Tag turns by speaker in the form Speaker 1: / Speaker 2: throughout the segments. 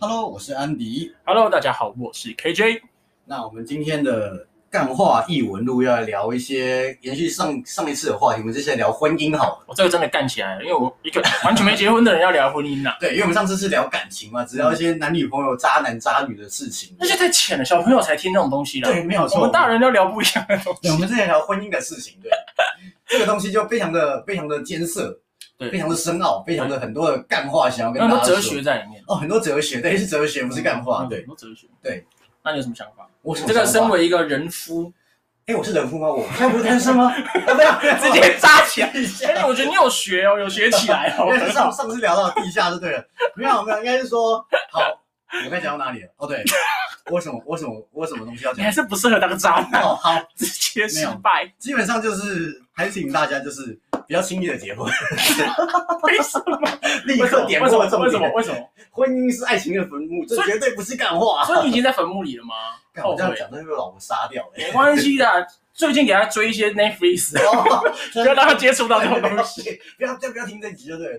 Speaker 1: 我是安迪。
Speaker 2: Hello，大家好，我是 KJ。
Speaker 1: 那我们今天的干话异闻录要来聊一些延续上上一次的话题，我们就先聊婚姻好了。
Speaker 2: 我这个真的干起来了，因为我一个完全没结婚的人要聊婚姻呐、
Speaker 1: 对，因为我们上次是聊感情嘛，只聊一些男女朋友、渣男渣女的事情。
Speaker 2: 那些太浅了，小朋友才听那种东西啦。
Speaker 1: 对，没有错。
Speaker 2: 嗯我们大人要聊不一样的东
Speaker 1: 对，我
Speaker 2: 西。
Speaker 1: 们之前聊婚姻的事情，对，这个东西就非常的非常的艰涩，
Speaker 2: 对
Speaker 1: 非常的深奥，非常的很多的干话想要跟
Speaker 2: 有
Speaker 1: 大
Speaker 2: 很
Speaker 1: 家
Speaker 2: 多
Speaker 1: 说。
Speaker 2: 哲学在里面，
Speaker 1: 哦，很多哲学，对，是哲学，不是干话，
Speaker 2: 嗯
Speaker 1: 对
Speaker 2: 很。多哲学。
Speaker 1: 对，
Speaker 2: 那你有什么想法？
Speaker 1: 我
Speaker 2: 这个身为一个 人夫，
Speaker 1: 哎，我是人夫吗？我现在不是单身 吗？要不要
Speaker 2: 直 接扎起来。
Speaker 1: 一下？
Speaker 2: 哎，我觉得你有学哦，有学起来 哦
Speaker 1: 因。为上上次聊到地下就对了，没有没有，应该是说好，我该讲到哪里了？哦对，我什么我什么我什么东西要
Speaker 2: 你
Speaker 1: 讲
Speaker 2: 还？是不适合当渣男，
Speaker 1: 哦好，
Speaker 2: 直接失败。
Speaker 1: 基本上就是还是请大家就是不要轻易的结婚，
Speaker 2: 为 什么？
Speaker 1: 立
Speaker 2: 为什
Speaker 1: 刻
Speaker 2: 么？
Speaker 1: 点
Speaker 2: 为什
Speaker 1: 破
Speaker 2: 么？
Speaker 1: 重
Speaker 2: 为什么？
Speaker 1: 点。
Speaker 2: 为什么？
Speaker 1: 婚姻是爱情的坟墓，这
Speaker 2: 所以
Speaker 1: 绝对不是干话。
Speaker 2: 所以你已哦经在坟 墓里了吗？
Speaker 1: 干
Speaker 2: 后
Speaker 1: 我这样
Speaker 2: 悔。
Speaker 1: 讲，真的被老婆杀掉哎
Speaker 2: 没。关系的，最近给他追一些 Netflix，不要让他接触到这种东 西。
Speaker 1: 西，哦不要不要听这集就对了，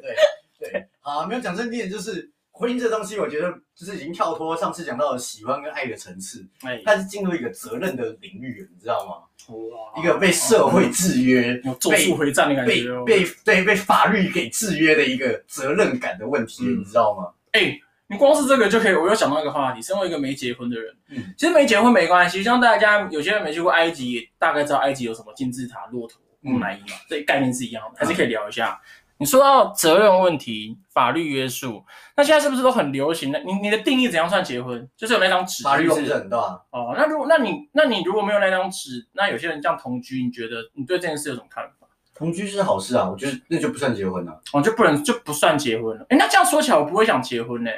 Speaker 1: 对对。好，没有讲正经，就是婚姻这东西，我觉得就是已经跳脱上次讲到的喜欢跟爱的层次，
Speaker 2: 哎，
Speaker 1: 它是进入一个责任的领域了，你知道吗？
Speaker 2: 哇
Speaker 1: 一个被社会制约、
Speaker 2: 有咒术回哦战的感
Speaker 1: 啊被
Speaker 2: 觉哦。
Speaker 1: 被对被法律给制约的一个责任感的问题，
Speaker 2: 嗯
Speaker 1: 你知道吗？
Speaker 2: 哎，你光是这个就可以，我又想到一个话题。身为一个没结婚的人，
Speaker 1: 嗯
Speaker 2: 其实没结婚没关系，像大家有些人没去过埃及，也大概知道埃及有什么金字塔、骆驼、木乃伊
Speaker 1: 嗯
Speaker 2: 嘛，这概念是一样的，还是可以聊一下。你说到责任问题、法律约束，那现在是不是都很流行呢？你你的定义怎样算结婚？就是有那张纸，
Speaker 1: 法律
Speaker 2: 是不
Speaker 1: 公
Speaker 2: 是
Speaker 1: 正，对吧？
Speaker 2: 哦，那如果那你那你如果没有那张纸，那有些人这样同居，你觉得你对这件事有什么看法？
Speaker 1: 同居是好事啊，我觉得那就不算结婚啊了。
Speaker 2: 哦，就不能就不算结婚了。哎，那这样说起来，我不会想结婚呢。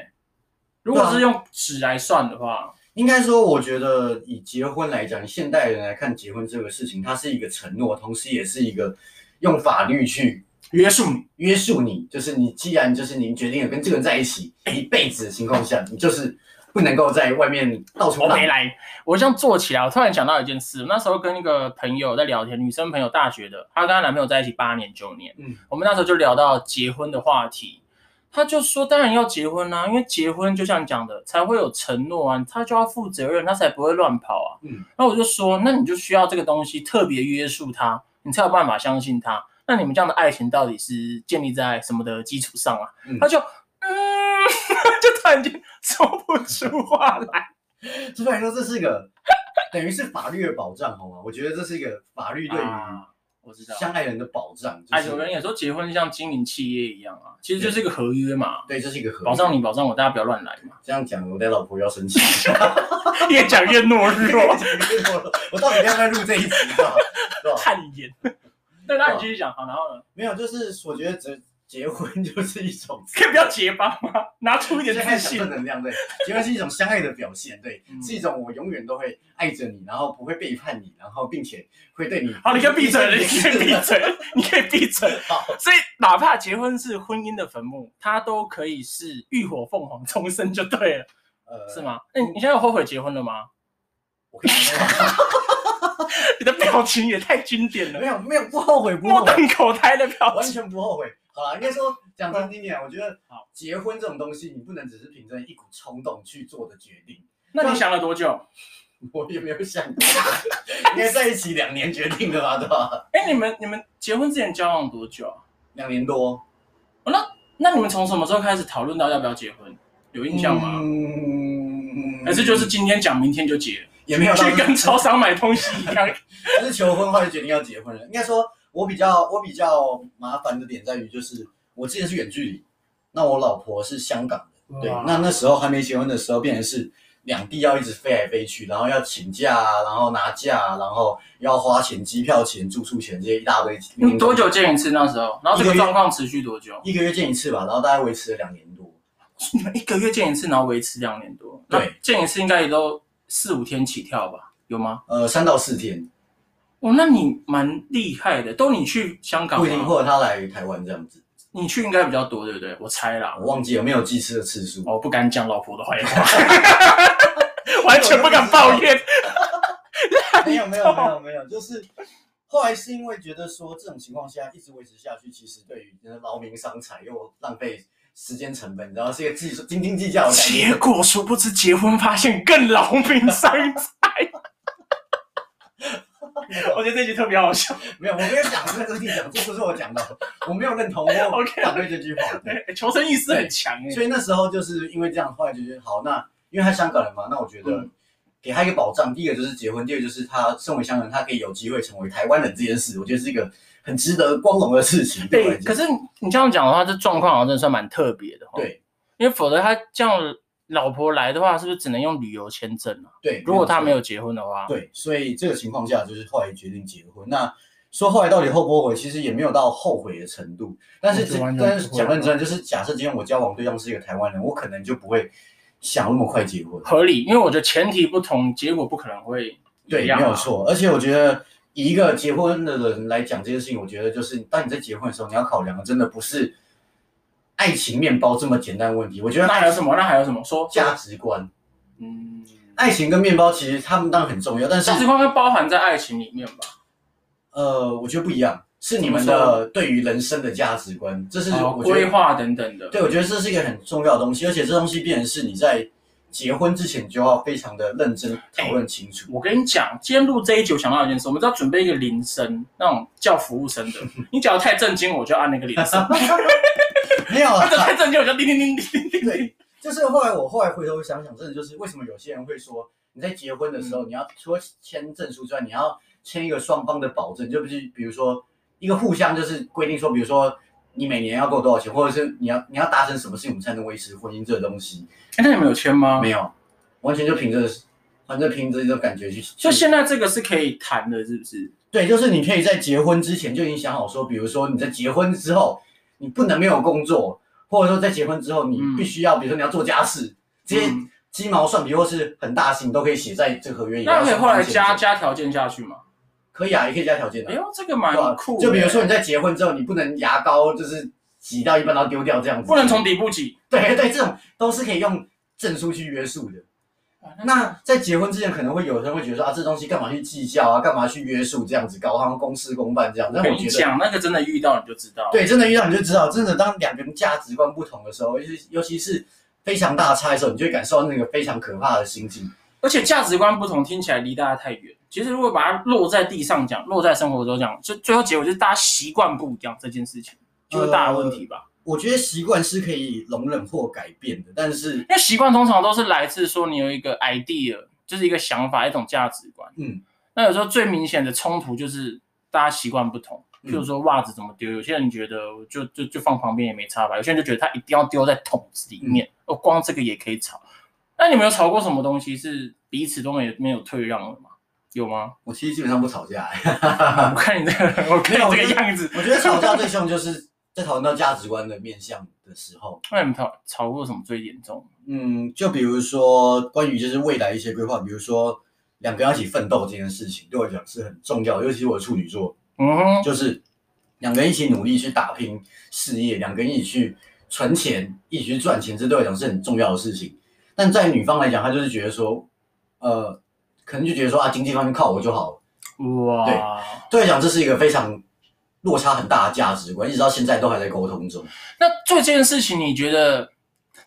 Speaker 2: 如果
Speaker 1: 对啊
Speaker 2: 是用纸来算的话，
Speaker 1: 应该说，我觉得以结婚来讲，现代人来看结婚这个事情，它是一个承诺，同时也是一个用法律去
Speaker 2: 约束你，
Speaker 1: 约束你，就是你既然就是您决定了跟这个人在一起一辈子的情况下，你就是不能够在外面到处
Speaker 2: 我
Speaker 1: 浪
Speaker 2: 哦没来，我这样做起来，我突然想到一件事，我那时候跟一个朋友在聊天，女生朋友，大学的，她跟她男朋友在一起八年九年，
Speaker 1: 嗯
Speaker 2: 我们那时候就聊到结婚的话题，她就说当然要结婚啊啦、因为结婚就像你讲的，才会有承诺啊，她就要负责任，她才不会乱跑啊。
Speaker 1: 嗯，
Speaker 2: 那我就说，那你就需要这个东西特别约束他，你才有办法相信他。那你们这样的爱情到底是建立在什么的基础上啊？
Speaker 1: 嗯
Speaker 2: 他就嗯， 就突然间说不出话来。
Speaker 1: 对来说，这是一个等于是法律的保障，好吗？我觉得这是一个法律对于
Speaker 2: 啊，我知道。
Speaker 1: 相爱人的保障，就
Speaker 2: 哎，
Speaker 1: 是
Speaker 2: 有人也说结婚就像经营企业一样啊，其实就是一个合约嘛，
Speaker 1: 对，这是一个合
Speaker 2: 保障你，保障我，大家不要乱来嘛。
Speaker 1: 这样讲，我的老婆要生气。
Speaker 2: 越讲越懦 弱，
Speaker 1: 我到底要不要录这一集？你知道吗对吧？
Speaker 2: 汗颜。对，那你继续讲好，然后呢？
Speaker 1: 没有，就是我觉得结结婚就是一种
Speaker 2: 可以不要结巴吗？拿出一点
Speaker 1: 现在
Speaker 2: 自
Speaker 1: 想
Speaker 2: 信
Speaker 1: 正。能量，对，结婚是一种相爱的表现，对，
Speaker 2: 嗯
Speaker 1: 是一种我永远都会爱着你，然后不会背叛你，然后并且会对你。
Speaker 2: 好，你可以闭嘴了，你可以 闭嘴，你可以闭嘴。
Speaker 1: 好，
Speaker 2: 所以，哪怕结婚是婚姻的坟墓，它都可以是浴火凤凰重生就对了，
Speaker 1: 呃，
Speaker 2: 是？吗？那、你你现在有后悔结婚了吗？
Speaker 1: 我可以 讲吗
Speaker 2: 你的表情也太经典
Speaker 1: 没
Speaker 2: 了，
Speaker 1: 有没有不后悔，不后
Speaker 2: 目
Speaker 1: 悔，
Speaker 2: 瞪口呆的表
Speaker 1: 完
Speaker 2: 情。
Speaker 1: 全不后悔。好了，应该说讲真经点，我觉得
Speaker 2: 好
Speaker 1: 结婚这种东西，你不能只是凭着一股冲动去做的决定。
Speaker 2: 那你想了多久？
Speaker 1: 我也没有想过，应该在一起两年决定的吧，对吧？
Speaker 2: 哎，你们你们结婚之前交往多久啊？
Speaker 1: 两年多，
Speaker 2: 那你们从什么时候开始讨论到要不要结婚？有印象吗？
Speaker 1: 嗯
Speaker 2: 还是就是今天讲，明天就结，
Speaker 1: 也没有到
Speaker 2: 去跟超商买东西一 样。
Speaker 1: 但是求婚后就决定要结婚了。应该说，我比较我比较麻烦的点在于，就是我之前是远距离，那我老婆是香港的，对
Speaker 2: 哇，
Speaker 1: 那那时候还没结婚的时候，变成是两地要一直飞来飞去，然后要请假啊，然后拿假啊，然后要花钱、机票钱、住宿钱这些一大堆。
Speaker 2: 你们多？久见一次？那时候，然后这
Speaker 1: 一个
Speaker 2: 个
Speaker 1: 月
Speaker 2: 状况持续多久？
Speaker 1: 一个月见一次吧，然后大概维持了两年多。
Speaker 2: 你们一个月见一次，然后维持两年多，那
Speaker 1: 对
Speaker 2: 见一次应该也都四五天起跳吧？有吗？
Speaker 1: 呃，三到四天，
Speaker 2: 哦，那你蛮厉害的，都你去香港
Speaker 1: 不一定，
Speaker 2: 吗？
Speaker 1: 或者他来台湾这样子，
Speaker 2: 你去应该比较多，对不对？我猜啦哦
Speaker 1: 我，忘记有没有记吃的次数。
Speaker 2: 我不敢讲老婆的坏话， 完全不敢抱怨。
Speaker 1: 没有没有没有没有，就是后来是因为觉得说这种情况下一直维持下去，其实对于就是劳民伤财又浪费时间成本，你知道是一个计数斤斤计较的概念
Speaker 2: 结果殊不知结婚发现更劳民伤 财。我觉得这句特别好笑。
Speaker 1: 没有，我没有讲这个自己讲，这不是我讲的， 我没有认同我
Speaker 2: OK
Speaker 1: 反对这句话。对，
Speaker 2: 对， 求生意识很强哎。
Speaker 1: 所以那时候就是因为这样，后来就觉得好，那因为他香港人嘛，那我觉得
Speaker 2: 嗯
Speaker 1: 给他一个保障，第一个就是结婚，第二个就是他身为香港人，他可以有机会成为台湾人这件事，我觉得是一个很值得光荣的事情。对我来
Speaker 2: 对，可
Speaker 1: 讲，
Speaker 2: 是你这样讲的话，这状况好像真的算蛮特别的。
Speaker 1: 对，
Speaker 2: 因为否则他这样老婆来的话，是不是只能用旅游签证啊？
Speaker 1: 对，
Speaker 2: 如果他没
Speaker 1: 有
Speaker 2: 有结婚的话，
Speaker 1: 对，所以这个情况下就是后来决定结婚。那说后来到底后不后悔，其实也没有到后悔的程度，但是
Speaker 2: 我觉哦得完全
Speaker 1: 但是
Speaker 2: 不会啊
Speaker 1: 讲认真，就是假设今天我交往对象是一个台湾人，我可能就不会想那么快结婚。
Speaker 2: 合理，因为我觉得前提不同，结果不可能会
Speaker 1: 对，
Speaker 2: 一
Speaker 1: 没
Speaker 2: 样
Speaker 1: 有
Speaker 2: 啊。
Speaker 1: 错。而且我觉得，以一个结婚的人来讲这件事情，我觉得就是当你在结婚的时候，你要考量的真的不是爱情面包这么简单的问题。我觉得
Speaker 2: 那还有什么？那还有什么？说
Speaker 1: 价值观，
Speaker 2: 嗯，
Speaker 1: 爱情跟面包其实他们当然很重要，但是
Speaker 2: 价值观会包含在爱情里面吧？
Speaker 1: 呃，我觉得不一样，是你们
Speaker 2: 怎么
Speaker 1: 的对于人生的价值观，这是
Speaker 2: 啊
Speaker 1: 我觉
Speaker 2: 规
Speaker 1: 得、
Speaker 2: 划等等的。
Speaker 1: 对，我觉得这是一个很重要的东西，而且这东西变成是你在结婚之前就要非常的认真讨论清楚。
Speaker 2: 我跟你讲，今天录这一集，我想到一件事，我们只要准备一个铃声，那种叫服务生 的。你只要太震惊，我就按那个铃声；
Speaker 1: 没有啊
Speaker 2: 他， 只要太震惊，我就叮叮叮叮叮叮。
Speaker 1: 对，就是后来我后来回头想想，真的就是为什么有些人会说，你在结婚的时候，
Speaker 2: 嗯
Speaker 1: 你要除了签证书之外，你要签一个双方的保证，就不是比如说一个互相就是规定说，比如说你每年要给我多少钱，或者是你要你要达成什么事情，我们才能维持婚姻这个东西，
Speaker 2: 哎，那你们有签吗？
Speaker 1: 没有，完全就凭着。反正凭着一种感觉去，
Speaker 2: 就现在这个是可以谈的，是不是？
Speaker 1: 对，就是你可以在结婚之前就已经想好说，比如说你在结婚之后，你不能没有工作，或者说在结婚之后你
Speaker 2: 嗯
Speaker 1: 必须要，比如说你要做家事，这些
Speaker 2: 嗯
Speaker 1: 鸡毛蒜皮或是很大事，你都可以写在这个合约里。
Speaker 2: 那可以后
Speaker 1: 然
Speaker 2: 来加
Speaker 1: 后双方签字
Speaker 2: 加条件下去嘛？
Speaker 1: 可以啊，也可以加条件的、啊，
Speaker 2: 哎呦，这个
Speaker 1: 对吧
Speaker 2: 蛮酷的。
Speaker 1: 就比如说你在结婚之后，你不能牙膏就是挤到一半然后丢掉这样子，
Speaker 2: 不能从底部挤，
Speaker 1: 对对，这种都是可以用证书去约束的。
Speaker 2: 哇
Speaker 1: 那在结婚之前，可能会有人会觉得说啊，这东西干嘛去计较啊，干嘛去约束这样子，搞好像公事公办这样。
Speaker 2: 我
Speaker 1: 但
Speaker 2: 跟
Speaker 1: 我
Speaker 2: 你
Speaker 1: 觉得。
Speaker 2: 讲，那个真的遇到你就知道。，
Speaker 1: 对，真的遇到你就知道，真的当两个人价值观不同的时候，尤其尤其是非常大差的时候，你就会感受到那个非常可怕的心境。
Speaker 2: 而且价值观不同，听起来离大家太远。其实如果把它落在地上讲，落在生活中讲，就最后结果就是大家习惯不一样这件事情，就是大的问题吧。
Speaker 1: 我觉得习惯是可以容忍或改变的，但是
Speaker 2: 因为习惯通常都是来自说你有一个 idea，就是一个想法，一种价值观。
Speaker 1: 嗯，
Speaker 2: 那有时候最明显的冲突就是大家习惯不同。
Speaker 1: 嗯
Speaker 2: 譬如说袜子怎么丢，有些人觉得就就就放旁边也没差吧，有些人就觉得他一定要丢在桶子
Speaker 1: 嗯
Speaker 2: 里面，哦，光这个也可以吵。那你们有吵过什么东西是彼此都没没有退让的吗？有吗？
Speaker 1: 我其实基本上不吵架、
Speaker 2: 我看你这个，我看
Speaker 1: 没有我
Speaker 2: 你这个
Speaker 1: 觉得
Speaker 2: 样子，
Speaker 1: 我觉得吵架最凶就是在讨论到价值观的面向的时候，
Speaker 2: 那你们吵吵过什么最严重？
Speaker 1: 嗯，就比如说关于就是未来一些规划，比如说两个人要一起奋斗这件事情，对我来讲是很重要，尤其是我处女座，
Speaker 2: 嗯哼，
Speaker 1: 就是两个人一起努力去打拼事业，两个人一起去存钱，一起去赚钱，这对我来讲是很重要的事情。但在女方来讲，她就是觉得说，呃，可能就觉得说啊，经济方面靠我就好了。
Speaker 2: 哇，
Speaker 1: 对我来讲，这是一个非常落差很大的价值观，一直到现在都还在沟通中。
Speaker 2: 那做这件事情，你觉得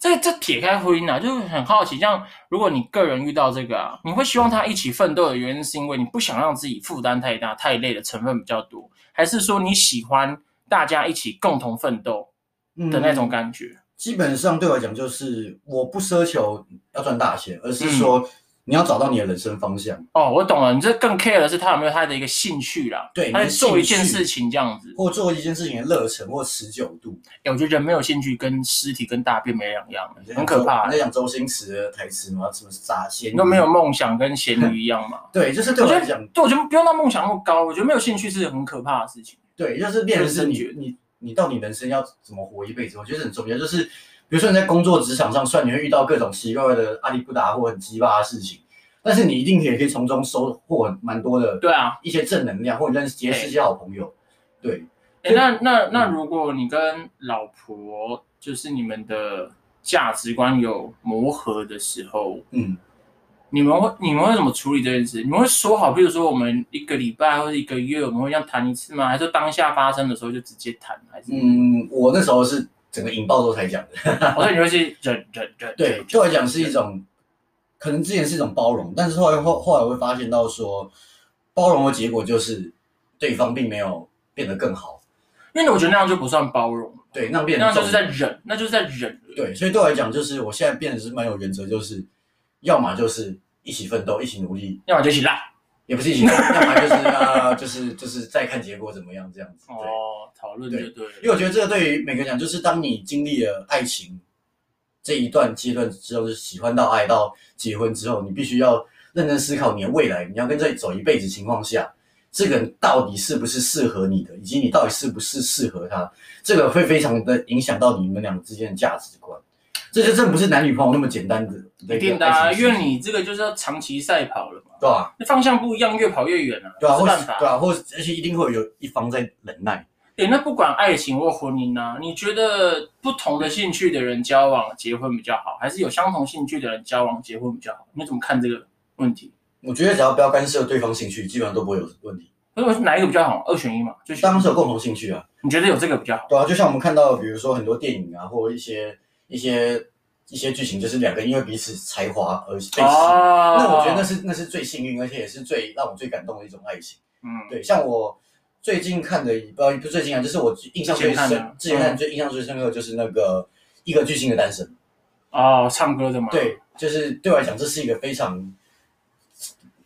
Speaker 2: 这这撇开婚姻啊，就是很好奇，像如果你个人遇到这个啊，你会希望他一起奋斗的原因，是因为你不想让自己负担太大、太累的成分比较多，还是说你喜欢大家一起共同奋斗
Speaker 1: 嗯
Speaker 2: 的那种感觉？
Speaker 1: 基本上对我来讲，就是我不奢求要赚大钱，而是
Speaker 2: 嗯
Speaker 1: 说你要找到你的人生方向。
Speaker 2: 哦，我懂了，你这更 care 的是他有没有他的一个兴趣啦，
Speaker 1: 对
Speaker 2: 他在
Speaker 1: 你的
Speaker 2: 做一
Speaker 1: 兴
Speaker 2: 件
Speaker 1: 趣
Speaker 2: 事情这样子。
Speaker 1: 或做一件事情的热忱或持久度，
Speaker 2: 哎，我觉得人没有兴趣跟尸体跟大便没两样
Speaker 1: 你在，讲
Speaker 2: 很可怕
Speaker 1: 你。在讲周星驰的台词吗？什么炸仙？
Speaker 2: 你都没有梦想，跟咸鱼一样嘛？
Speaker 1: 对，就是对
Speaker 2: 我
Speaker 1: 我
Speaker 2: 觉
Speaker 1: 来
Speaker 2: 得
Speaker 1: 讲，，
Speaker 2: 对，我觉得不用到梦想那么高，我觉得没有兴趣是很可怕的事情。
Speaker 1: 对，就是变成是
Speaker 2: 认真
Speaker 1: 你
Speaker 2: 觉
Speaker 1: 你你到底人生要怎么活一辈子，我觉得很重要。就是比如说你在工作职场上，虽然你会遇到各种奇怪的阿里不达或很鸡巴的事情，但是你一定也可以从中收获蛮多的
Speaker 2: 对啊，
Speaker 1: 一些正能量，或者认识结识一些好朋友。对，
Speaker 2: 诶那那那如果你跟老婆就是你们的价值观有磨合的时候，
Speaker 1: 嗯，
Speaker 2: 你们会你们会怎么处理这件事？你们会说好，比如说我们一个礼拜或者一个月，我们会这样谈一次吗？还是当下发生的时候就直接谈？还是？
Speaker 1: 嗯，我那时候是整个引爆之后才讲的。
Speaker 2: 我说你会去忍忍忍。
Speaker 1: 对，
Speaker 2: 忍
Speaker 1: 对我来讲是一种，可能之前是一种包容，但是后来后后来我会发现到说，包容的结果就是对方并没有变得更好，
Speaker 2: 因为我觉得那样就不算包容，
Speaker 1: 对，那变
Speaker 2: 那
Speaker 1: 得
Speaker 2: 样就
Speaker 1: 重
Speaker 2: 是在忍，那就是在忍。
Speaker 1: 对，所以对我来讲就是我现在变得是蛮有原则，就是要么就是一起奋斗，一起努力，
Speaker 2: 要么就一起烂。
Speaker 1: 也不是一 起努力，要么就是呃就是就是再看结果怎么样这样子。对，
Speaker 2: 哦，讨论就
Speaker 1: 对
Speaker 2: 对了。
Speaker 1: 因为我觉得这个对于每个人讲，就是当你经历了爱情这一段阶段之后，就是喜欢到爱到结婚之后，你必须要认真思考你的未来，你要跟这里走一辈子情况下，这个人到底是不是适合你的，以及你到底是不是适合他，这个会非常的影响到你们两个之间的价值观。这就真不是男女朋友那么简单的的
Speaker 2: 一定的、
Speaker 1: 个
Speaker 2: 啊，
Speaker 1: 爱情
Speaker 2: 因
Speaker 1: 事
Speaker 2: 为
Speaker 1: 情
Speaker 2: 你这个就是要长期赛跑了嘛，
Speaker 1: 对吧、
Speaker 2: 那方向不一样，越跑越远啊，
Speaker 1: 对啊，
Speaker 2: 没
Speaker 1: 或
Speaker 2: 办
Speaker 1: 是
Speaker 2: 法。
Speaker 1: 对啊，或是而且一定会有一方在忍耐。
Speaker 2: 诶那不管爱情或婚姻啊，你觉得不同的兴趣的人交往结婚比较好，还是有相同兴趣的人交往结婚比较好？你怎么看这个问题？
Speaker 1: 我觉得只要不要干涉对方兴趣，基本上都不会有问题。
Speaker 2: 所以哪一个比较好？二选一嘛，就选
Speaker 1: 当然是有共同兴趣啊，
Speaker 2: 你觉得有这个比较好？
Speaker 1: 对啊，就像我们看到，比如说很多电影啊，或一些一些一些剧情，就是两个人因为彼此才华而被吸引。
Speaker 2: 哦
Speaker 1: 那我觉得那是那是最幸运，而且也是最让我最感动的一种爱情。
Speaker 2: 嗯，
Speaker 1: 对，像我最近看的，不不是最近啊，就是我印象最
Speaker 2: 之前看的
Speaker 1: 深，之前看最印象最深刻的就是那个一个巨星的诞生。
Speaker 2: 哦，唱歌的嘛，，
Speaker 1: 对，就是对我来讲，这是一个非常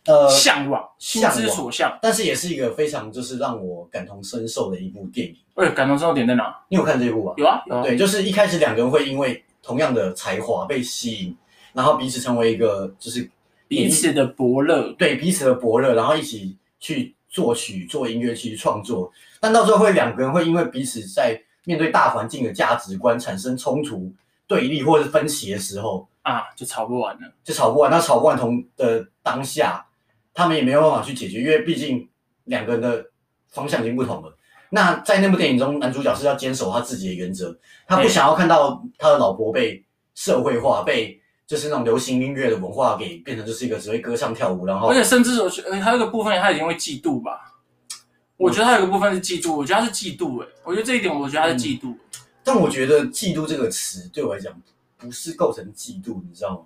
Speaker 1: 呃，
Speaker 2: 向往，心
Speaker 1: 向往
Speaker 2: 之所向。
Speaker 1: 但是也是一个非常就是让我感同身受的一部电影。
Speaker 2: 哎，感动之后点在哪？
Speaker 1: 你有看这部吧？
Speaker 2: 有啊，有啊。
Speaker 1: 对，就是一开始两个人会因为同样的才华被吸引，然后彼此成为一个就是
Speaker 2: 彼此的伯乐，
Speaker 1: 对彼此的伯乐，然后一起去作曲、做音乐、去创作。但到最后会两个人会因为彼此在面对大环境的价值观产生冲突、对立或是分歧的时候，
Speaker 2: 啊，就吵不完了。
Speaker 1: 就吵不完。那吵不完同的当下，他们也没有办法去解决，因为毕竟两个人的方向已经不同了。那在那部电影中，男主角是要坚守他自己的原则，他不
Speaker 2: 对
Speaker 1: 想要看到他的老婆被社会化，被就是那种流行音乐的文化给变成就是一个只会歌唱跳舞，然后
Speaker 2: 而且甚至我觉得，呃还有一个部分，他已经会嫉妒吧。我觉得他有一个部分是嫉妒，我觉得他是嫉妒、欸，我觉得这一点，我觉得他是嫉妒、
Speaker 1: 但我觉得“嫉妒”这个词对我来讲不是构成嫉妒，你知道吗？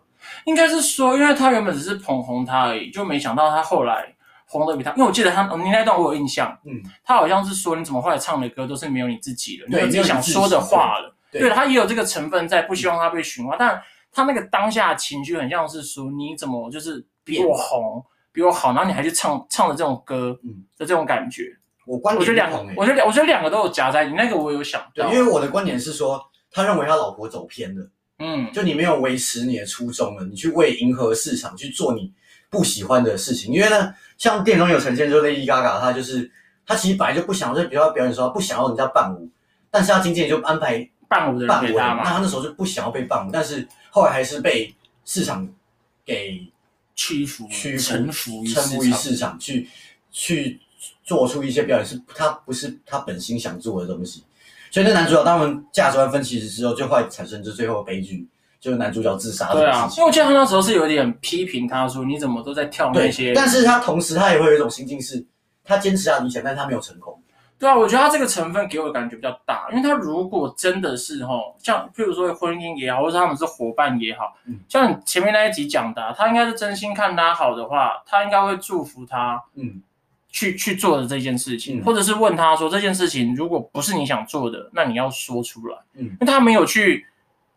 Speaker 2: 应该是说，因为他原本只是捧红他而已，就没想到他后来红的比他，因为我记得他，哦你那段我有印象，
Speaker 1: 嗯，
Speaker 2: 他好像是说你怎么后来唱的歌都是没有你自己的，
Speaker 1: 对
Speaker 2: 有自己想说的话了，
Speaker 1: 对
Speaker 2: 对他也有这个成分在，不希望他被驯化，但他那个当下情绪很像是说你怎么就是比我红，比我好，然后你还去唱唱的这种歌
Speaker 1: 嗯
Speaker 2: 的这种感觉，
Speaker 1: 我观
Speaker 2: 我觉得
Speaker 1: 点
Speaker 2: 两
Speaker 1: 不同、，
Speaker 2: 个
Speaker 1: 欸，
Speaker 2: 我觉得两我觉得两个都有夹在，你那个我有想
Speaker 1: 对
Speaker 2: 到，，
Speaker 1: 因为我的观点是说，他认为他老婆走偏了，
Speaker 2: 嗯，
Speaker 1: 就你没有维持你的初衷了，你去为迎合市场去做你不喜欢的事情，因为呢，像电影中有呈现，就是 Lady Gaga，她就是她其实本来就不想，就是比较表演说她不想要人家伴舞，但是她经纪人就安排
Speaker 2: 伴舞的人
Speaker 1: 伴
Speaker 2: 给
Speaker 1: 舞，
Speaker 2: 他
Speaker 1: 那
Speaker 2: 嘛，
Speaker 1: 她那时候就不想要被伴舞，但是后来还是被市场给
Speaker 2: 屈服、
Speaker 1: 屈服
Speaker 2: 臣服于
Speaker 1: 臣服于市
Speaker 2: 市场。
Speaker 1: 场，去去做出一些表演，是他不是他本心想做的东西。所以那男主角当我们价值观分歧之后，就会产生这最后的悲剧，就是男主角自杀这
Speaker 2: 对
Speaker 1: 个
Speaker 2: 啊
Speaker 1: 事，情。
Speaker 2: 因为我记得他那时候是有点批评他说你怎么都在跳那些，
Speaker 1: 但是他同时他也会有一种心境是，他坚持他的理想，但是他没有成功。
Speaker 2: 对啊，我觉得他这个成分给我的感觉比较大，因为他如果真的是吼，像譬如说婚姻也好，或者他们是伙伴也好，
Speaker 1: 嗯
Speaker 2: 像你前面那一集讲的啊、他应该是真心看他好的话，他应该会祝福他，
Speaker 1: 嗯，
Speaker 2: 去去做的这件事情，
Speaker 1: 嗯
Speaker 2: 或者是问他说这件事情如果不是你想做的，那你要说出来。
Speaker 1: 嗯
Speaker 2: 因为他没有去，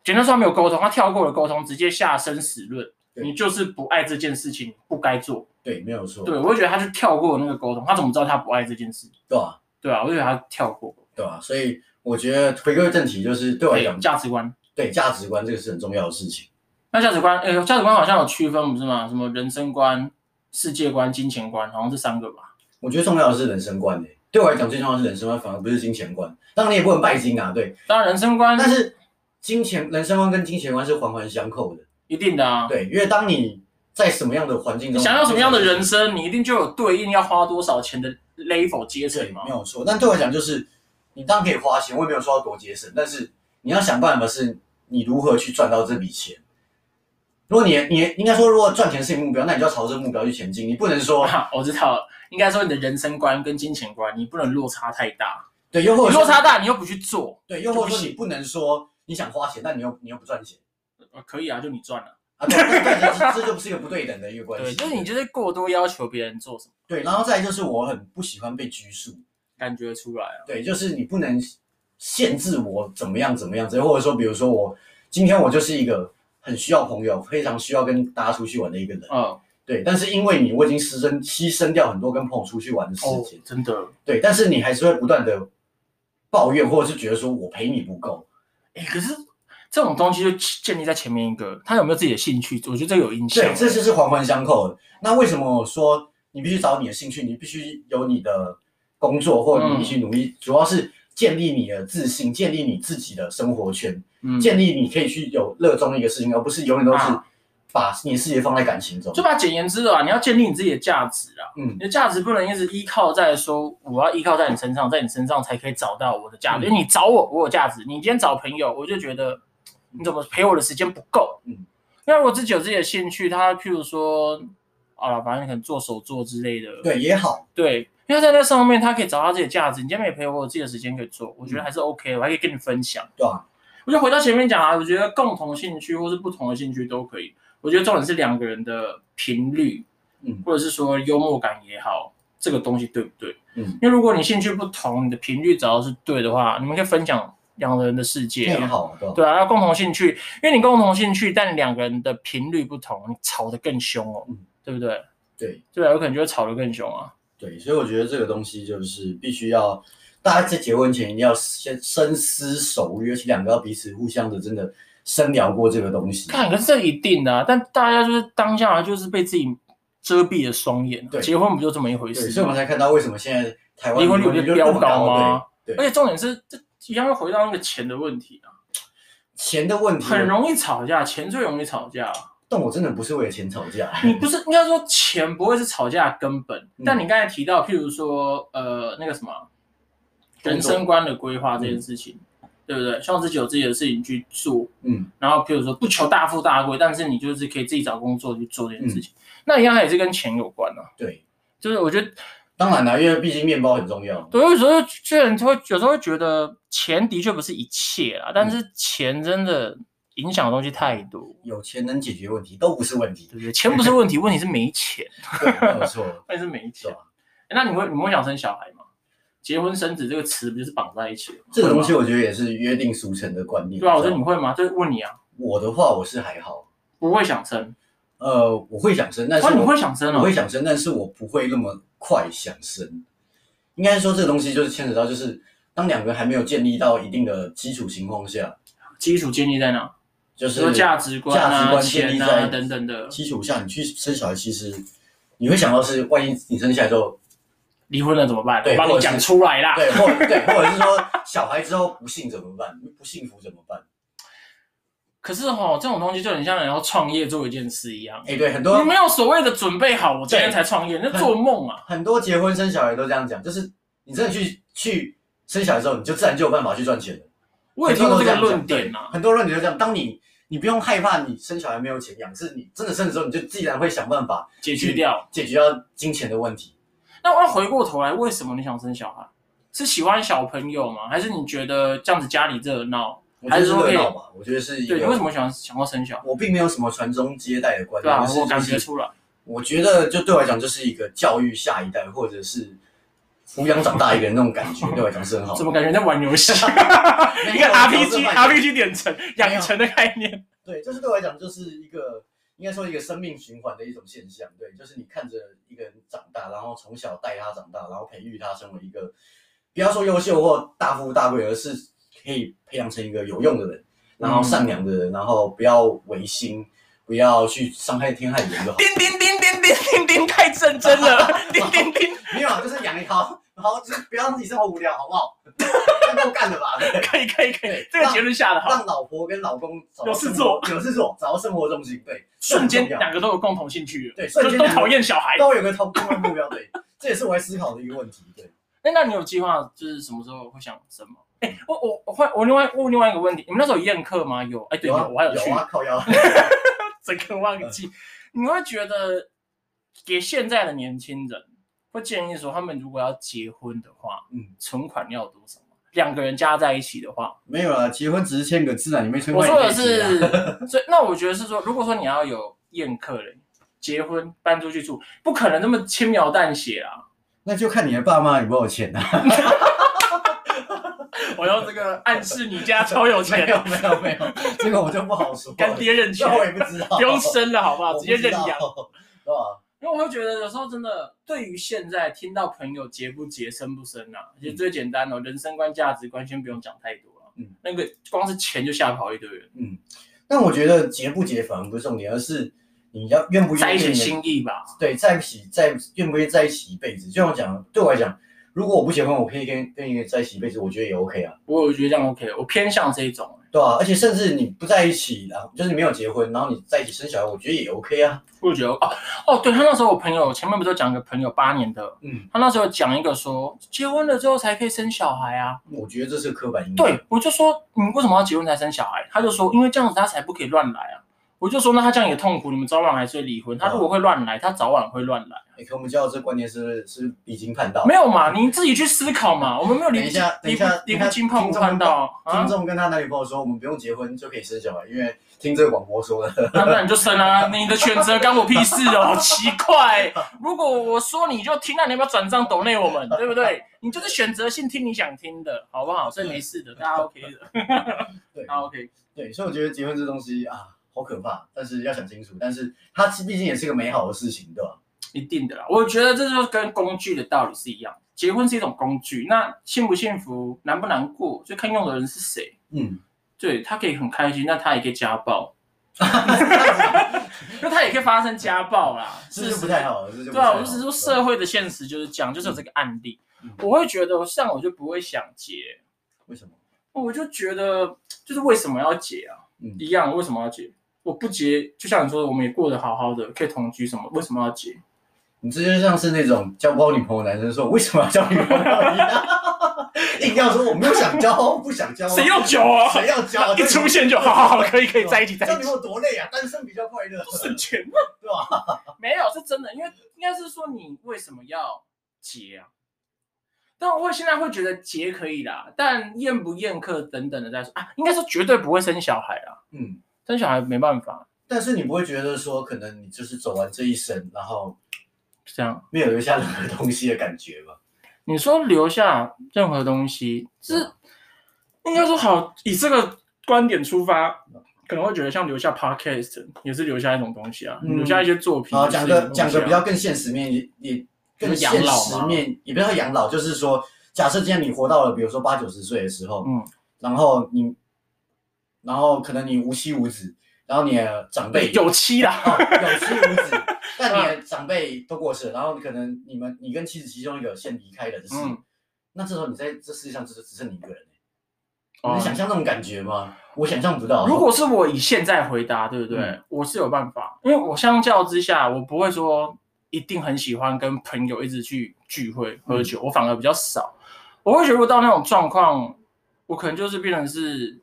Speaker 2: 简单说他没有沟通，他跳过了沟通，直接下生死论，
Speaker 1: 对
Speaker 2: 你就是不爱这件事情，不该做。
Speaker 1: 对，没有错，
Speaker 2: 对，我就觉得他就跳过那个沟通，他怎么知道他不爱这件事？
Speaker 1: 对吧、
Speaker 2: 对啊，我就觉得他跳过，
Speaker 1: 对吧、啊所以我觉得回归正题，就是对我来
Speaker 2: 对
Speaker 1: 讲，
Speaker 2: 价值观。
Speaker 1: 对价值观这个是很重要的事情。
Speaker 2: 那价值观，呃，价值观好像有区分，不是吗？什么人生观、世界观、金钱观，好像这三个吧？
Speaker 1: 我觉得重要的是人生观诶、欸对我来讲最重要的是人生观，反而不是金钱观。当然你也不能拜金啊，对，
Speaker 2: 当然，人生观
Speaker 1: 但是金钱、人生观跟金钱观是环环相扣的，
Speaker 2: 一定的啊。
Speaker 1: 对，因为当你在什么样的环境
Speaker 2: 你
Speaker 1: 中，
Speaker 2: 想要什么样的人
Speaker 1: 生，
Speaker 2: 生，你一定就有对应要花多少钱的 level
Speaker 1: 对，
Speaker 2: 阶层嘛
Speaker 1: 没。有错。但对我来讲，就是你当然可以花钱，我也没有说要多节省，但是你要想办法是你如何去赚到这笔钱，如果你你应该说，如果赚钱是你目标，那你就要朝这个目标去前进。你不能说
Speaker 2: 啊我知道了，应该说你的人生观跟金钱观，你不能落差太大。
Speaker 1: 对，又
Speaker 2: 你
Speaker 1: 或者
Speaker 2: 落
Speaker 1: 说
Speaker 2: 差大，你又不去做，
Speaker 1: 对，又或者说你不能说你想花钱，但你又你又不赚钱
Speaker 2: 呃可以啊，就你赚了。
Speaker 1: 啊，对对对，这这就不是一个不对等的一个关
Speaker 2: 对，
Speaker 1: 系。
Speaker 2: 就是你就是过多要求别人做什么，
Speaker 1: 对，然后再来就是我很不喜欢被拘束，
Speaker 2: 感觉出来啊。
Speaker 1: 对，就是你不能限制我怎么样怎么样之类，或者说比如说我今天我就是一个很需要朋友，非常需要跟大家出去玩的一个人，
Speaker 2: 嗯，
Speaker 1: 对，但是因为你我已经牺牲牺牲掉很多跟朋友出去玩的时
Speaker 2: 哦
Speaker 1: 间，，
Speaker 2: 真的，
Speaker 1: 对，但是你还是会不断的抱怨，或者是觉得说我陪你不够，
Speaker 2: 哎，可是这种东西就建立在前面一个，他有没有自己的兴趣，我觉得这有影响
Speaker 1: 对，。这就是环环相扣的。那为什么我说你必须找你的兴趣，你必须有你的工作，或者你必须努力，主要是建立你的自信，建立你自己的生活圈，
Speaker 2: 嗯，
Speaker 1: 建立你可以去有热衷的一个事情，而不是永远都是
Speaker 2: 啊
Speaker 1: 把你的世界放在感情中
Speaker 2: 就。把简言之啊，你要建立你自己的价值啊。
Speaker 1: 嗯
Speaker 2: 你的价值不能一直依靠在说我要依靠在你身上，在你身上才可以找到我的价值。
Speaker 1: 嗯
Speaker 2: 因为你找我，我有价值；你今天找朋友，我就觉得嗯你怎么陪我的时间不够。
Speaker 1: 嗯，
Speaker 2: 那如果自己有自己的兴趣，他譬如说啊，反正可能做手作之类的，
Speaker 1: 对也好，
Speaker 2: 对，因为在那上面他可以找到自己的价值。你今天没陪我，我有自己的时间可以做，我觉得
Speaker 1: 嗯
Speaker 2: 还是 OK 的，我还可以跟你分享。
Speaker 1: 对啊吧、
Speaker 2: 我就回到前面讲啊，我觉得共同兴趣或是不同的兴趣都可以。我觉得重点是两个人的频率，
Speaker 1: 嗯
Speaker 2: 或者是说幽默感也好，这个东西对不对？
Speaker 1: 嗯
Speaker 2: 因为如果你兴趣不同，你的频率只要是对的话，你们可以分享两个人的世界
Speaker 1: 那也
Speaker 2: 啊、
Speaker 1: 好嘛，对吧、
Speaker 2: 对啊，要共同兴趣，因为你共同兴趣，但两个人的频率不同，你吵得更凶哦，
Speaker 1: 嗯
Speaker 2: 对不对？
Speaker 1: 对
Speaker 2: 对啊，有可能就会吵得更凶啊。
Speaker 1: 对，所以我觉得这个东西就是必须要，大家在结婚前一定要先深思熟虑，而且两个要彼此互相的真的深聊过这个东西。
Speaker 2: 看，可是这一定的、啊，但大家就是当下就是被自己遮蔽了双眼啊。
Speaker 1: 对
Speaker 2: 结婚不就这么一回
Speaker 1: 对，
Speaker 2: 事？
Speaker 1: 所以我们才看到为什么现在台湾
Speaker 2: 离婚率
Speaker 1: 就
Speaker 2: 飙
Speaker 1: 那么
Speaker 2: 高吗
Speaker 1: 对，
Speaker 2: 而
Speaker 1: 对，
Speaker 2: 且重点是，这一样又回到那个钱的问题啊，
Speaker 1: 钱的问题，
Speaker 2: 很容易吵架，钱最容易吵架。啊
Speaker 1: 但我真的不是为了钱吵架。
Speaker 2: 你不是应该说钱不会是吵架的根本，
Speaker 1: 嗯
Speaker 2: 但你刚才提到，譬如说呃那个什么
Speaker 1: 工作
Speaker 2: 人生观的规划这件事情，对不对？希望自己有自己的事情去做，
Speaker 1: 嗯，
Speaker 2: 然后譬如说不求大富大贵，但是你就是可以自己找工作去做这件
Speaker 1: 嗯
Speaker 2: 事情，那一样也是跟钱有关啊。
Speaker 1: 对，
Speaker 2: 就是我觉得，
Speaker 1: 当然啦，因为毕竟面包很重要。
Speaker 2: 对，有时候这人会有时候会觉得钱的确不是一切啦，
Speaker 1: 嗯
Speaker 2: 但是钱真的影响的东西太多。
Speaker 1: 有钱能解决问题都不是问题，
Speaker 2: 对不对？钱不是问题，问题是 没钱，
Speaker 1: 对，没有错。
Speaker 2: 问题是没钱
Speaker 1: 对啊。
Speaker 2: 诶那你会你们会想生小孩吗？结婚生子这个词不就是绑在一起了吗？
Speaker 1: 这个东西
Speaker 2: 会吗
Speaker 1: 我觉得也是约定俗成的观念。
Speaker 2: 对啊，我
Speaker 1: 知
Speaker 2: 说
Speaker 1: 道
Speaker 2: 你
Speaker 1: 吗
Speaker 2: 会吗？就是问你啊，
Speaker 1: 我的话我是还好，
Speaker 2: 不会想生，
Speaker 1: 呃，我会想生，但是
Speaker 2: 哇，
Speaker 1: 我
Speaker 2: 你会想生
Speaker 1: 我
Speaker 2: 哦
Speaker 1: 会，想生，但是我不会那么快想生。应该说这个东西就是牵扯到，就是当两个人还没有建立到一定的基础情况下，
Speaker 2: 基础建立在哪？
Speaker 1: 就
Speaker 2: 比如说
Speaker 1: 是
Speaker 2: 价值观啊、
Speaker 1: 价值观建立
Speaker 2: 钱
Speaker 1: 在
Speaker 2: 啊等等的，
Speaker 1: 基础下，你去生小孩，其实你会想到是，万一你生下来之后，
Speaker 2: 离婚了怎么办？
Speaker 1: 对
Speaker 2: 我帮
Speaker 1: 或
Speaker 2: 你
Speaker 1: 者是
Speaker 2: 讲出来啦。
Speaker 1: 对，或对，或者是说小孩之后不幸怎么办，不幸福怎么办？
Speaker 2: 可是哈，这种东西就很像人要创业做一件事一样，
Speaker 1: 哎，对，很
Speaker 2: 你
Speaker 1: 多
Speaker 2: 没有所谓的准备好，我今天才创业，那做梦啊！
Speaker 1: 很多结婚生小孩都这样讲，就是你真的去去生小孩之后，你就自然就有办法去赚钱了。
Speaker 2: 我也听过这个论点啊，
Speaker 1: 很多论点就这样。当你你不用害怕你生小孩没有钱养，是你真的生的时候，你就自然会想办法
Speaker 2: 解决掉。
Speaker 1: 解决掉金钱的问题。
Speaker 2: 那我要回过头来，为什么你想生小孩？是喜欢小朋友吗？还是你觉得这样子家里热闹？
Speaker 1: 我觉
Speaker 2: 还
Speaker 1: 得
Speaker 2: 是
Speaker 1: 是
Speaker 2: 说可
Speaker 1: 热
Speaker 2: 以
Speaker 1: 闹吧，我觉得是一个。
Speaker 2: 对，你为什么喜欢想要生小孩？
Speaker 1: 我并没有什么传宗接代的观
Speaker 2: 对
Speaker 1: 念，
Speaker 2: 啊
Speaker 1: 就，是
Speaker 2: 我感
Speaker 1: 就
Speaker 2: 觉
Speaker 1: 是哦
Speaker 2: 出来。
Speaker 1: 我觉得就对我来讲，就是一个教育下一代，或者是抚养长大一个人那种感 觉，对我来讲是很好的。
Speaker 2: 怎么感觉在玩游戏？
Speaker 1: 没
Speaker 2: 一
Speaker 1: 有
Speaker 2: 个
Speaker 1: 我讲这
Speaker 2: RPG
Speaker 1: 半
Speaker 2: RPG 点成养成的概念。
Speaker 1: 对，就是对我来讲，就是一个应该说一个生命循环的一种现象。对，就是你看着一个人长大，然后从小带他长大，然后培育他成为一个，不要说优秀或大富大贵，而是可以培养成一个有用的人，然
Speaker 2: 嗯
Speaker 1: 后善良的人，然后不要违心，不要去伤害天害人就好。
Speaker 2: 叮叮叮叮叮叮叮，太认真 了！叮叮叮，
Speaker 1: 没有啊，就是养一好，然后就是不要让自己生活无聊，好不好？ 够干了吧？对
Speaker 2: 可以可以可以
Speaker 1: 对，
Speaker 2: 这个结论下的好，
Speaker 1: 让老婆跟老公找到
Speaker 2: 有事
Speaker 1: 生活，有事做，找到生活重心。对，这
Speaker 2: 瞬
Speaker 1: 很
Speaker 2: 间
Speaker 1: 重要
Speaker 2: 两个都有共同兴趣了，
Speaker 1: 对，瞬
Speaker 2: 就
Speaker 1: 间
Speaker 2: 都
Speaker 1: 两个
Speaker 2: 讨厌小孩。
Speaker 1: 都有个同共同目标，对， 这也是我在思考的一个问题，对，
Speaker 2: 那那你有计划就是什么时候会想生吗？哎、我我我换我另外问另外一个问题，你们那时候有宴客吗？有，哎、对，
Speaker 1: 啊
Speaker 2: 我还有去。
Speaker 1: 有啊，靠腰，
Speaker 2: 整个忘记。你会觉得给现在的年轻人，会建议说，他们如果要结婚的话，
Speaker 1: 嗯，
Speaker 2: 存款要多少？两个人加在一起的话，
Speaker 1: 没有啦，结婚只是签个字啊，你没存
Speaker 2: 我
Speaker 1: 款
Speaker 2: 说的
Speaker 1: 也可以结啊
Speaker 2: 是，所以那我觉得是说，如果说你要有宴客人结婚搬出去住，不可能这么轻描淡写啊！
Speaker 1: 那就看你的爸妈有没有钱啊。
Speaker 2: 我要这个暗示你家超 有
Speaker 1: 没
Speaker 2: 钱，
Speaker 1: 有没有没有，这个我就不好说了。
Speaker 2: 干爹认钱，
Speaker 1: 那我也不知道，
Speaker 2: 不用生了好不好？
Speaker 1: 我不
Speaker 2: 直接
Speaker 1: 知
Speaker 2: 认
Speaker 1: 道，
Speaker 2: 养。
Speaker 1: 对吧？
Speaker 2: 因为我会觉得有时候真的，对于现在听到朋友结不结、生不生啊，其实最简单哦，人生观、价值观先不用讲太多了。
Speaker 1: 嗯，
Speaker 2: 那个光是钱就吓跑一堆人，
Speaker 1: 嗯，但我觉得结不结反而不是重点，而是你要愿不
Speaker 2: 在
Speaker 1: 愿
Speaker 2: 一
Speaker 1: 意跟
Speaker 2: 起
Speaker 1: 你的
Speaker 2: 心意吧。
Speaker 1: 对，在一起在愿不愿意在一起一辈子？就像我讲，对我来讲，如果我不结婚，我可以跟跟一个人在一起一辈子，我觉得也 OK 啊，
Speaker 2: 我我觉得这样 OK，我偏向这一种。欸
Speaker 1: 对啊，而且甚至你不在一起，然后就是你没有结婚，然后你在一起生小孩，我觉得也 OK 啊。
Speaker 2: 我觉得哦哦，对他那时候我朋友前面不是有讲一个朋友八年的，
Speaker 1: 嗯，
Speaker 2: 他那时候讲一个说结婚了之后才可以生小孩啊。
Speaker 1: 我觉得这是刻板印象。
Speaker 2: 对，我就说你为什么要结婚才生小孩？他就说因为这样子他才不可以乱来啊。我就说那他这样也痛苦，你们早晚还是会离婚。他如果会乱来，他早晚会乱来。
Speaker 1: 诶，可我们教这观念是不是是不是已经看到？
Speaker 2: 没有嘛，你自己去思考嘛。我们没有离
Speaker 1: 等
Speaker 2: 不
Speaker 1: 一下等
Speaker 2: 离
Speaker 1: 一
Speaker 2: 不
Speaker 1: 下
Speaker 2: 离
Speaker 1: 等
Speaker 2: 不
Speaker 1: 一下
Speaker 2: 金胖
Speaker 1: 听
Speaker 2: 不
Speaker 1: 众
Speaker 2: 看到
Speaker 1: 听
Speaker 2: 啊，
Speaker 1: 众跟他男女朋友说，我们不用结婚就可以生小孩，因为听这个广播说的。
Speaker 2: 那那你就生啊，你的选择干我屁事哦，好奇 怪、如果我说你就听，那你要不要转账抖内我们，对不对？你就是选择性听你想听的，好不好？所以没事的，大家 OK 的，
Speaker 1: 对
Speaker 2: 大家 OK。
Speaker 1: 对，所以我觉得结婚这东西啊，好可怕，但是要想清楚，但是它毕竟也是个美好的事情，对吧？
Speaker 2: 一定的啦，我觉得这就是跟工具的道理是一样。结婚是一种工具，那幸不幸福、难不难过，就看用的人是谁。
Speaker 1: 嗯，
Speaker 2: 对他可以很开心，那他也可以家 暴，那他也可以发生家暴啦。
Speaker 1: 这
Speaker 2: 是
Speaker 1: 就不太。好了，这就不
Speaker 2: 对啊，
Speaker 1: 太
Speaker 2: 我就
Speaker 1: 好
Speaker 2: 是
Speaker 1: 了
Speaker 2: 说社会的现实就是这样，就是有这个案例。
Speaker 1: 嗯
Speaker 2: 我会觉得，像我就不会想结，
Speaker 1: 为什么？
Speaker 2: 我就觉得就是为什么要结啊？
Speaker 1: 嗯
Speaker 2: 一样为什么要结？我不结，就像你说的，我们也过得好好的，可以同居什么，为什么要结？
Speaker 1: 你这就像是那种交不到女朋友的男生说，为什么要交女 朋友 一样，硬要说我没有想交，不想交啊，
Speaker 2: 谁要酒啊？
Speaker 1: 谁要交啊？
Speaker 2: 一出现就好好好，可以可以在一起在
Speaker 1: 交
Speaker 2: 一
Speaker 1: 女
Speaker 2: 起
Speaker 1: 朋，友多累啊，单身比较快乐，
Speaker 2: 省钱吗？
Speaker 1: 对吧？
Speaker 2: 没有是真的，因为应该是说你为什么要结啊？但我现在会觉得结可以啦，但宴不宴客等等的再说啊，应该说绝对不会生小孩啦，
Speaker 1: 嗯，
Speaker 2: 生小孩没办法，
Speaker 1: 但是你不会觉得说，可能你就是走完这一生，然后
Speaker 2: 这样。
Speaker 1: 没有留下任何东西的感觉 吗？
Speaker 2: 你说留下任何东西是应该说好，以这个观点出发，可能会觉得像留下 podcast 也是留下一种东西啊，
Speaker 1: 嗯
Speaker 2: 留下一些作品
Speaker 1: 好，
Speaker 2: 也是
Speaker 1: 讲
Speaker 2: 一种东西啊。
Speaker 1: 个讲个比较更现实面，也也更现
Speaker 2: 养老
Speaker 1: 实
Speaker 2: 吗
Speaker 1: 面，也不要养老，就是说，假设今天你活到了，比如说八九十岁的时候，
Speaker 2: 嗯，
Speaker 1: 然后你，然后可能你无妻无子，然后你的长辈
Speaker 2: 有期啦，
Speaker 1: 哦有妻无子， 但你的长辈都过世了，然后可能你们你跟妻子其中一个先离开人世，
Speaker 2: 嗯
Speaker 1: 那这时候你在这世界上只只剩你一个人、欸你
Speaker 2: 哦
Speaker 1: 能想象那种感觉吗？我想象不到。
Speaker 2: 如果是我以现在回答，对不对？
Speaker 1: 嗯
Speaker 2: 我是有办法，因为我相较之下，我不会说一定很喜欢跟朋友一直去聚会喝酒，
Speaker 1: 嗯
Speaker 2: 我反而比较少。我会觉得到那种状况，我可能就是变成是，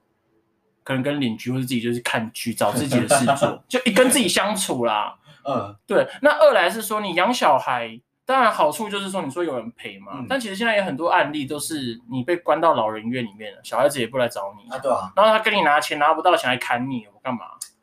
Speaker 2: 可能跟邻居或者自己就是看剧，找自己的事 做，就一跟自己相处啦。
Speaker 1: 嗯，
Speaker 2: 对，那二来是说你养小孩，当然好处就是说你说有人陪嘛，
Speaker 1: 嗯
Speaker 2: 但其实现在有很多案例都是你被关到老人院里面了，小孩子也不来找你。
Speaker 1: 啊对啊，
Speaker 2: 然后他跟你拿钱拿不到钱还砍你，我干嘛？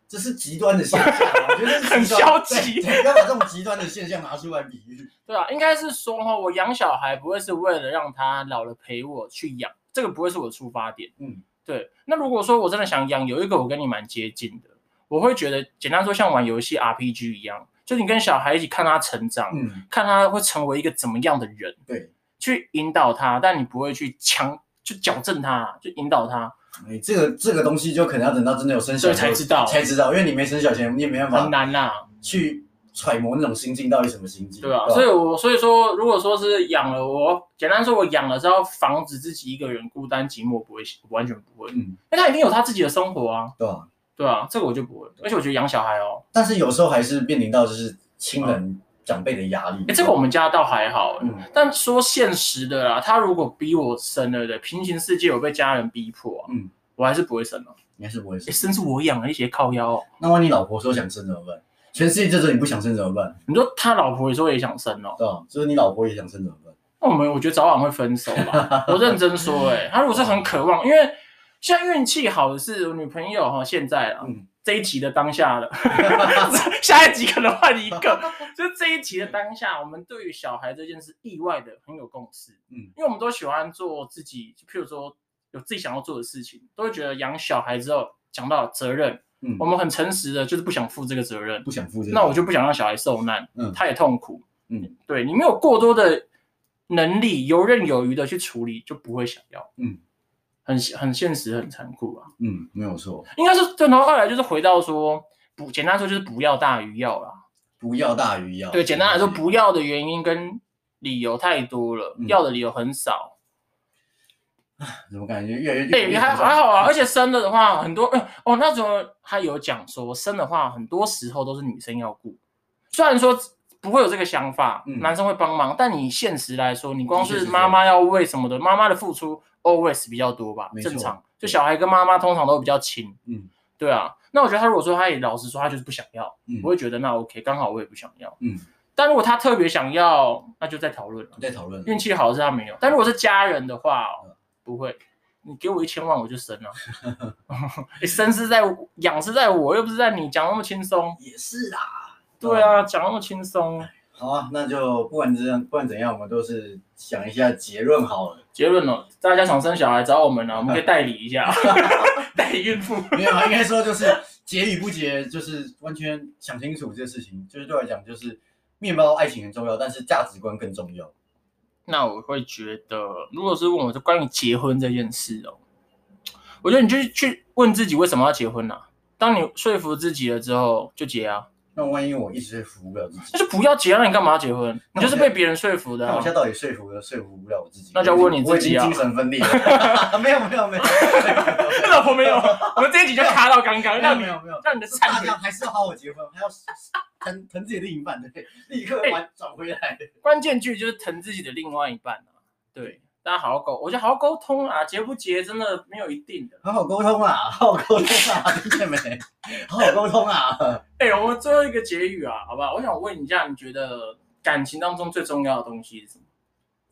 Speaker 1: 这是极端的现象啊，我觉得这是极端
Speaker 2: 很消极
Speaker 1: 对对要把这种极端的现象拿出来比 喻。
Speaker 2: 对啊，应该是说哈，我养小孩不会是为了让他老了陪我去养，这个不会是我的出发点。
Speaker 1: 嗯，
Speaker 2: 对。那如果说我真的想养，有一个我跟你蛮接近的，我会觉得简单说像玩游戏 RPG 一样，就你跟小孩一起看他成长，
Speaker 1: 嗯，
Speaker 2: 看他会成为一个怎么样的人，
Speaker 1: 对，
Speaker 2: 去引导他，但你不会去强。去矫正他，就引导他，
Speaker 1: 哎，这个这个东西就可能要等到真的有生小
Speaker 2: 所以
Speaker 1: 孩
Speaker 2: 才知道
Speaker 1: 才知道，因为你没生小前，你也没办
Speaker 2: 很
Speaker 1: 法
Speaker 2: 难啊呐、
Speaker 1: 去揣摩那种心境到底什么心境。
Speaker 2: 对啊，所以我所以说，如果说是养了我，简单说，我养了是要防止自己一个人孤单寂寞，不会，我完全不会，
Speaker 1: 嗯，
Speaker 2: 因为他一定有他自己的生活啊，
Speaker 1: 对啊。
Speaker 2: 对啊，这个我就不会，而且我觉得养小孩哦，
Speaker 1: 但是有时候还是面临到就是亲人长辈的压力。
Speaker 2: 哎，嗯这个我们家倒还好，
Speaker 1: 嗯
Speaker 2: 但说现实的啦，他如果逼我生了的，平行世界有被家人逼迫、啊，
Speaker 1: 嗯，
Speaker 2: 我还是不会生哦、
Speaker 1: 你还是不会
Speaker 2: 欸
Speaker 1: 生。
Speaker 2: 生是我养的，一些靠腰、哦。
Speaker 1: 那万一老婆说想生怎么办？全世界就只有你不想生怎么办？
Speaker 2: 你说他老婆有时候也想生哦、
Speaker 1: 对吧？就是你老婆也想生怎么办？
Speaker 2: 那我们我觉得早晚会分手吧。我认真说、 欸，哎，他如果是很渴望，因为现在运气好的是我女朋友哈，现在啊，
Speaker 1: 嗯
Speaker 2: 这一集的当下 了，下一集可能换一个。就是这一集的当下，我们对于小孩这件事意外的很有共识，
Speaker 1: 嗯
Speaker 2: 因为我们都喜欢做自己，譬如说有自己想要做的事情，都会觉得养小孩之后讲到责任，
Speaker 1: 嗯
Speaker 2: 我，们很诚实的，就是不想负这个责任，
Speaker 1: 不想负这个。
Speaker 2: 那我就不想让小孩受难，
Speaker 1: 嗯
Speaker 2: 他也痛苦，
Speaker 1: 嗯，
Speaker 2: 对你没有过多的能力，游刃有余的去处理，就不会想要，
Speaker 1: 嗯，
Speaker 2: 很很现实，很残酷啊。
Speaker 1: 嗯，没有错，
Speaker 2: 应该是对，然后二来就是回到说，不简单说就是不要大于要啦。
Speaker 1: 不要大于要。
Speaker 2: 对，简单来说，不要的原因跟理由太多了，
Speaker 1: 嗯
Speaker 2: 要的理由很少。
Speaker 1: 怎么感觉越来越
Speaker 2: 哎、
Speaker 1: 越
Speaker 2: 还还好啊，而且生了的话，很多、呃哦，那时候他有讲说，生的话很多时候都是女生要顾，虽然说不会有这个想法，
Speaker 1: 嗯
Speaker 2: 男生会帮忙，但你现实来说，你光
Speaker 1: 的确
Speaker 2: 是
Speaker 1: 是这样
Speaker 2: 妈妈要喂什么的，妈妈的付出 always 比较多吧
Speaker 1: 没，错
Speaker 2: 正常，就
Speaker 1: 对
Speaker 2: 小孩跟妈妈通常都比较亲，
Speaker 1: 嗯，
Speaker 2: 对啊。那我觉得他如果说他也老实说，他就是不想要，
Speaker 1: 嗯
Speaker 2: 我会觉得那 OK，刚好我也不想要，
Speaker 1: 嗯。
Speaker 2: 但如果他特别想要，那就再讨论了。
Speaker 1: 在讨论，
Speaker 2: 运气好是他没有，但如果是家人的话哦、不会。你给我一千万我就生 了，欸生是在我养是在我，又不是在你，讲那么轻松。
Speaker 1: 也是啦。
Speaker 2: 对啊，讲那么轻松。
Speaker 1: 好啊，那就不管这样，不管怎样，我们都是想一下结论好了。
Speaker 2: 结论哦，大家想生小孩找我们了、啊我们可以代理一下，代理孕妇。
Speaker 1: 没有啊，应该说就是结与不结，就是完全想清楚这个事情。就是对我来讲，就是面包爱情很重要，但是价值观更重要。
Speaker 2: 那我会觉得，如果是问我就关于结婚这件事哦，我觉得你就去问自己为什么要结婚啊。当你说服自己了之后，就结啊。
Speaker 1: 那万一我一直说服不了自己
Speaker 2: 那，就不要结啊，你干嘛要结婚？你就是被别人说服的、
Speaker 1: 那
Speaker 2: 啊
Speaker 1: 我现。在到底说服了说服不了我自己？
Speaker 2: 那就要问你自己啊
Speaker 1: 我已经精神分裂了。没有没有没有，
Speaker 2: 老婆没有，我们这一集就卡到刚刚，
Speaker 1: 没有
Speaker 2: 让
Speaker 1: 没
Speaker 2: 你
Speaker 1: 有没有，
Speaker 2: 让你的
Speaker 1: 大
Speaker 2: 忏悔
Speaker 1: 家。还是要好好结婚，还要疼疼自己的另一半，对，立刻完转回来。
Speaker 2: 关键句就是疼自己的另外一半啊。对，大家好好沟，我觉得好好沟通啊，结不结真的没有一定的。
Speaker 1: 好好沟通啊，好好沟通啊，听见没？好好沟通啊。
Speaker 2: 哎、我们最后一个结语啊，好不好？我想问一下，你觉得感情当中最重要的东西是什么？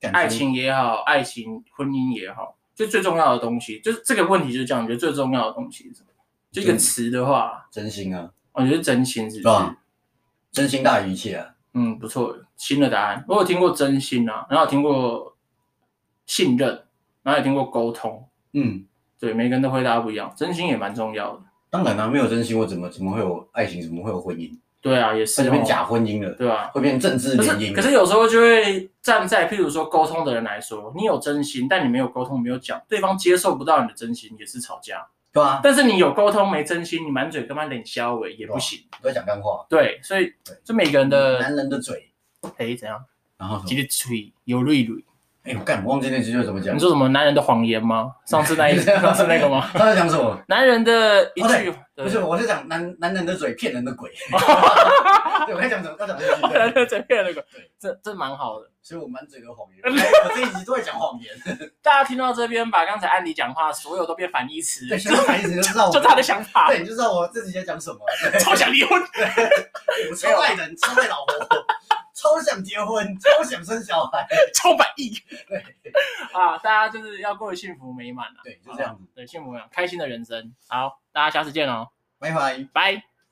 Speaker 1: 感
Speaker 2: 爱情也好，爱情、婚姻也好，就最重要的东西，就是这个问题就是这样。你觉得最重要的东西是什么？就一个
Speaker 1: 真
Speaker 2: 词的话，
Speaker 1: 真心啊，
Speaker 2: 我觉得真心是不
Speaker 1: 对
Speaker 2: 是？
Speaker 1: 啊真心大于一切啊。
Speaker 2: 嗯，不错，新的答案。我有听过真心啊，然后有听过信任，然后有听过沟通。
Speaker 1: 嗯，
Speaker 2: 对，每个人的回答不一样，真心也蛮重要的。
Speaker 1: 当然啦、啊没有真心，我怎么怎么会有爱情？怎么会有婚姻？
Speaker 2: 对啊，也
Speaker 1: 甚
Speaker 2: 是
Speaker 1: 至变
Speaker 2: 哦
Speaker 1: 假，婚姻了，
Speaker 2: 对啊。
Speaker 1: 会变政治
Speaker 2: 可
Speaker 1: 联
Speaker 2: 是
Speaker 1: 姻。
Speaker 2: 可是有时候就会站在譬如说沟通的人来说，你有真心，但你没有沟通，没有讲，对方接受不到你的真心也是吵架。
Speaker 1: 对啊，
Speaker 2: 但是你有沟通没真心，你满嘴跟他冷消尾也不行。
Speaker 1: 都在讲干话。
Speaker 2: 对，所以就每个人的
Speaker 1: 啊男人嗯的嘴，
Speaker 2: 哎怎样，
Speaker 1: 然后什
Speaker 2: 今
Speaker 1: 么？
Speaker 2: 天吹有瑞瑞，
Speaker 1: 哎、我干，我忘记那句就怎么讲
Speaker 2: 你。说什么男人的谎言吗？上 次那一上次那个吗？
Speaker 1: 他在讲什么？
Speaker 2: 男人的一
Speaker 1: 哦
Speaker 2: 句、对
Speaker 1: 不是，我是讲男男人的嘴骗人的 鬼。对，我在讲什么？要讲这句。
Speaker 2: 男
Speaker 1: 对
Speaker 2: 人的整片那个
Speaker 1: 对，
Speaker 2: 这这蛮好的。
Speaker 1: 所以我满嘴的 谎言，哎我这一集都在讲谎言。
Speaker 2: 大家听到这边，把刚才安迪讲话所有都变反义词，
Speaker 1: 对，
Speaker 2: 就
Speaker 1: 想反思就知道我，
Speaker 2: 就他的想法，
Speaker 1: 对，你就知道我自己在讲什么。对
Speaker 2: 超想离婚。
Speaker 1: 我超爱人，超爱老婆，超想结婚，超想生小孩。
Speaker 2: 超满意。 啊，大家就是要过得幸福美满啊，
Speaker 1: 对，就这样子，
Speaker 2: 对，幸福美满，开心的人生。好，大家下次见哦，
Speaker 1: 拜拜。
Speaker 2: 拜。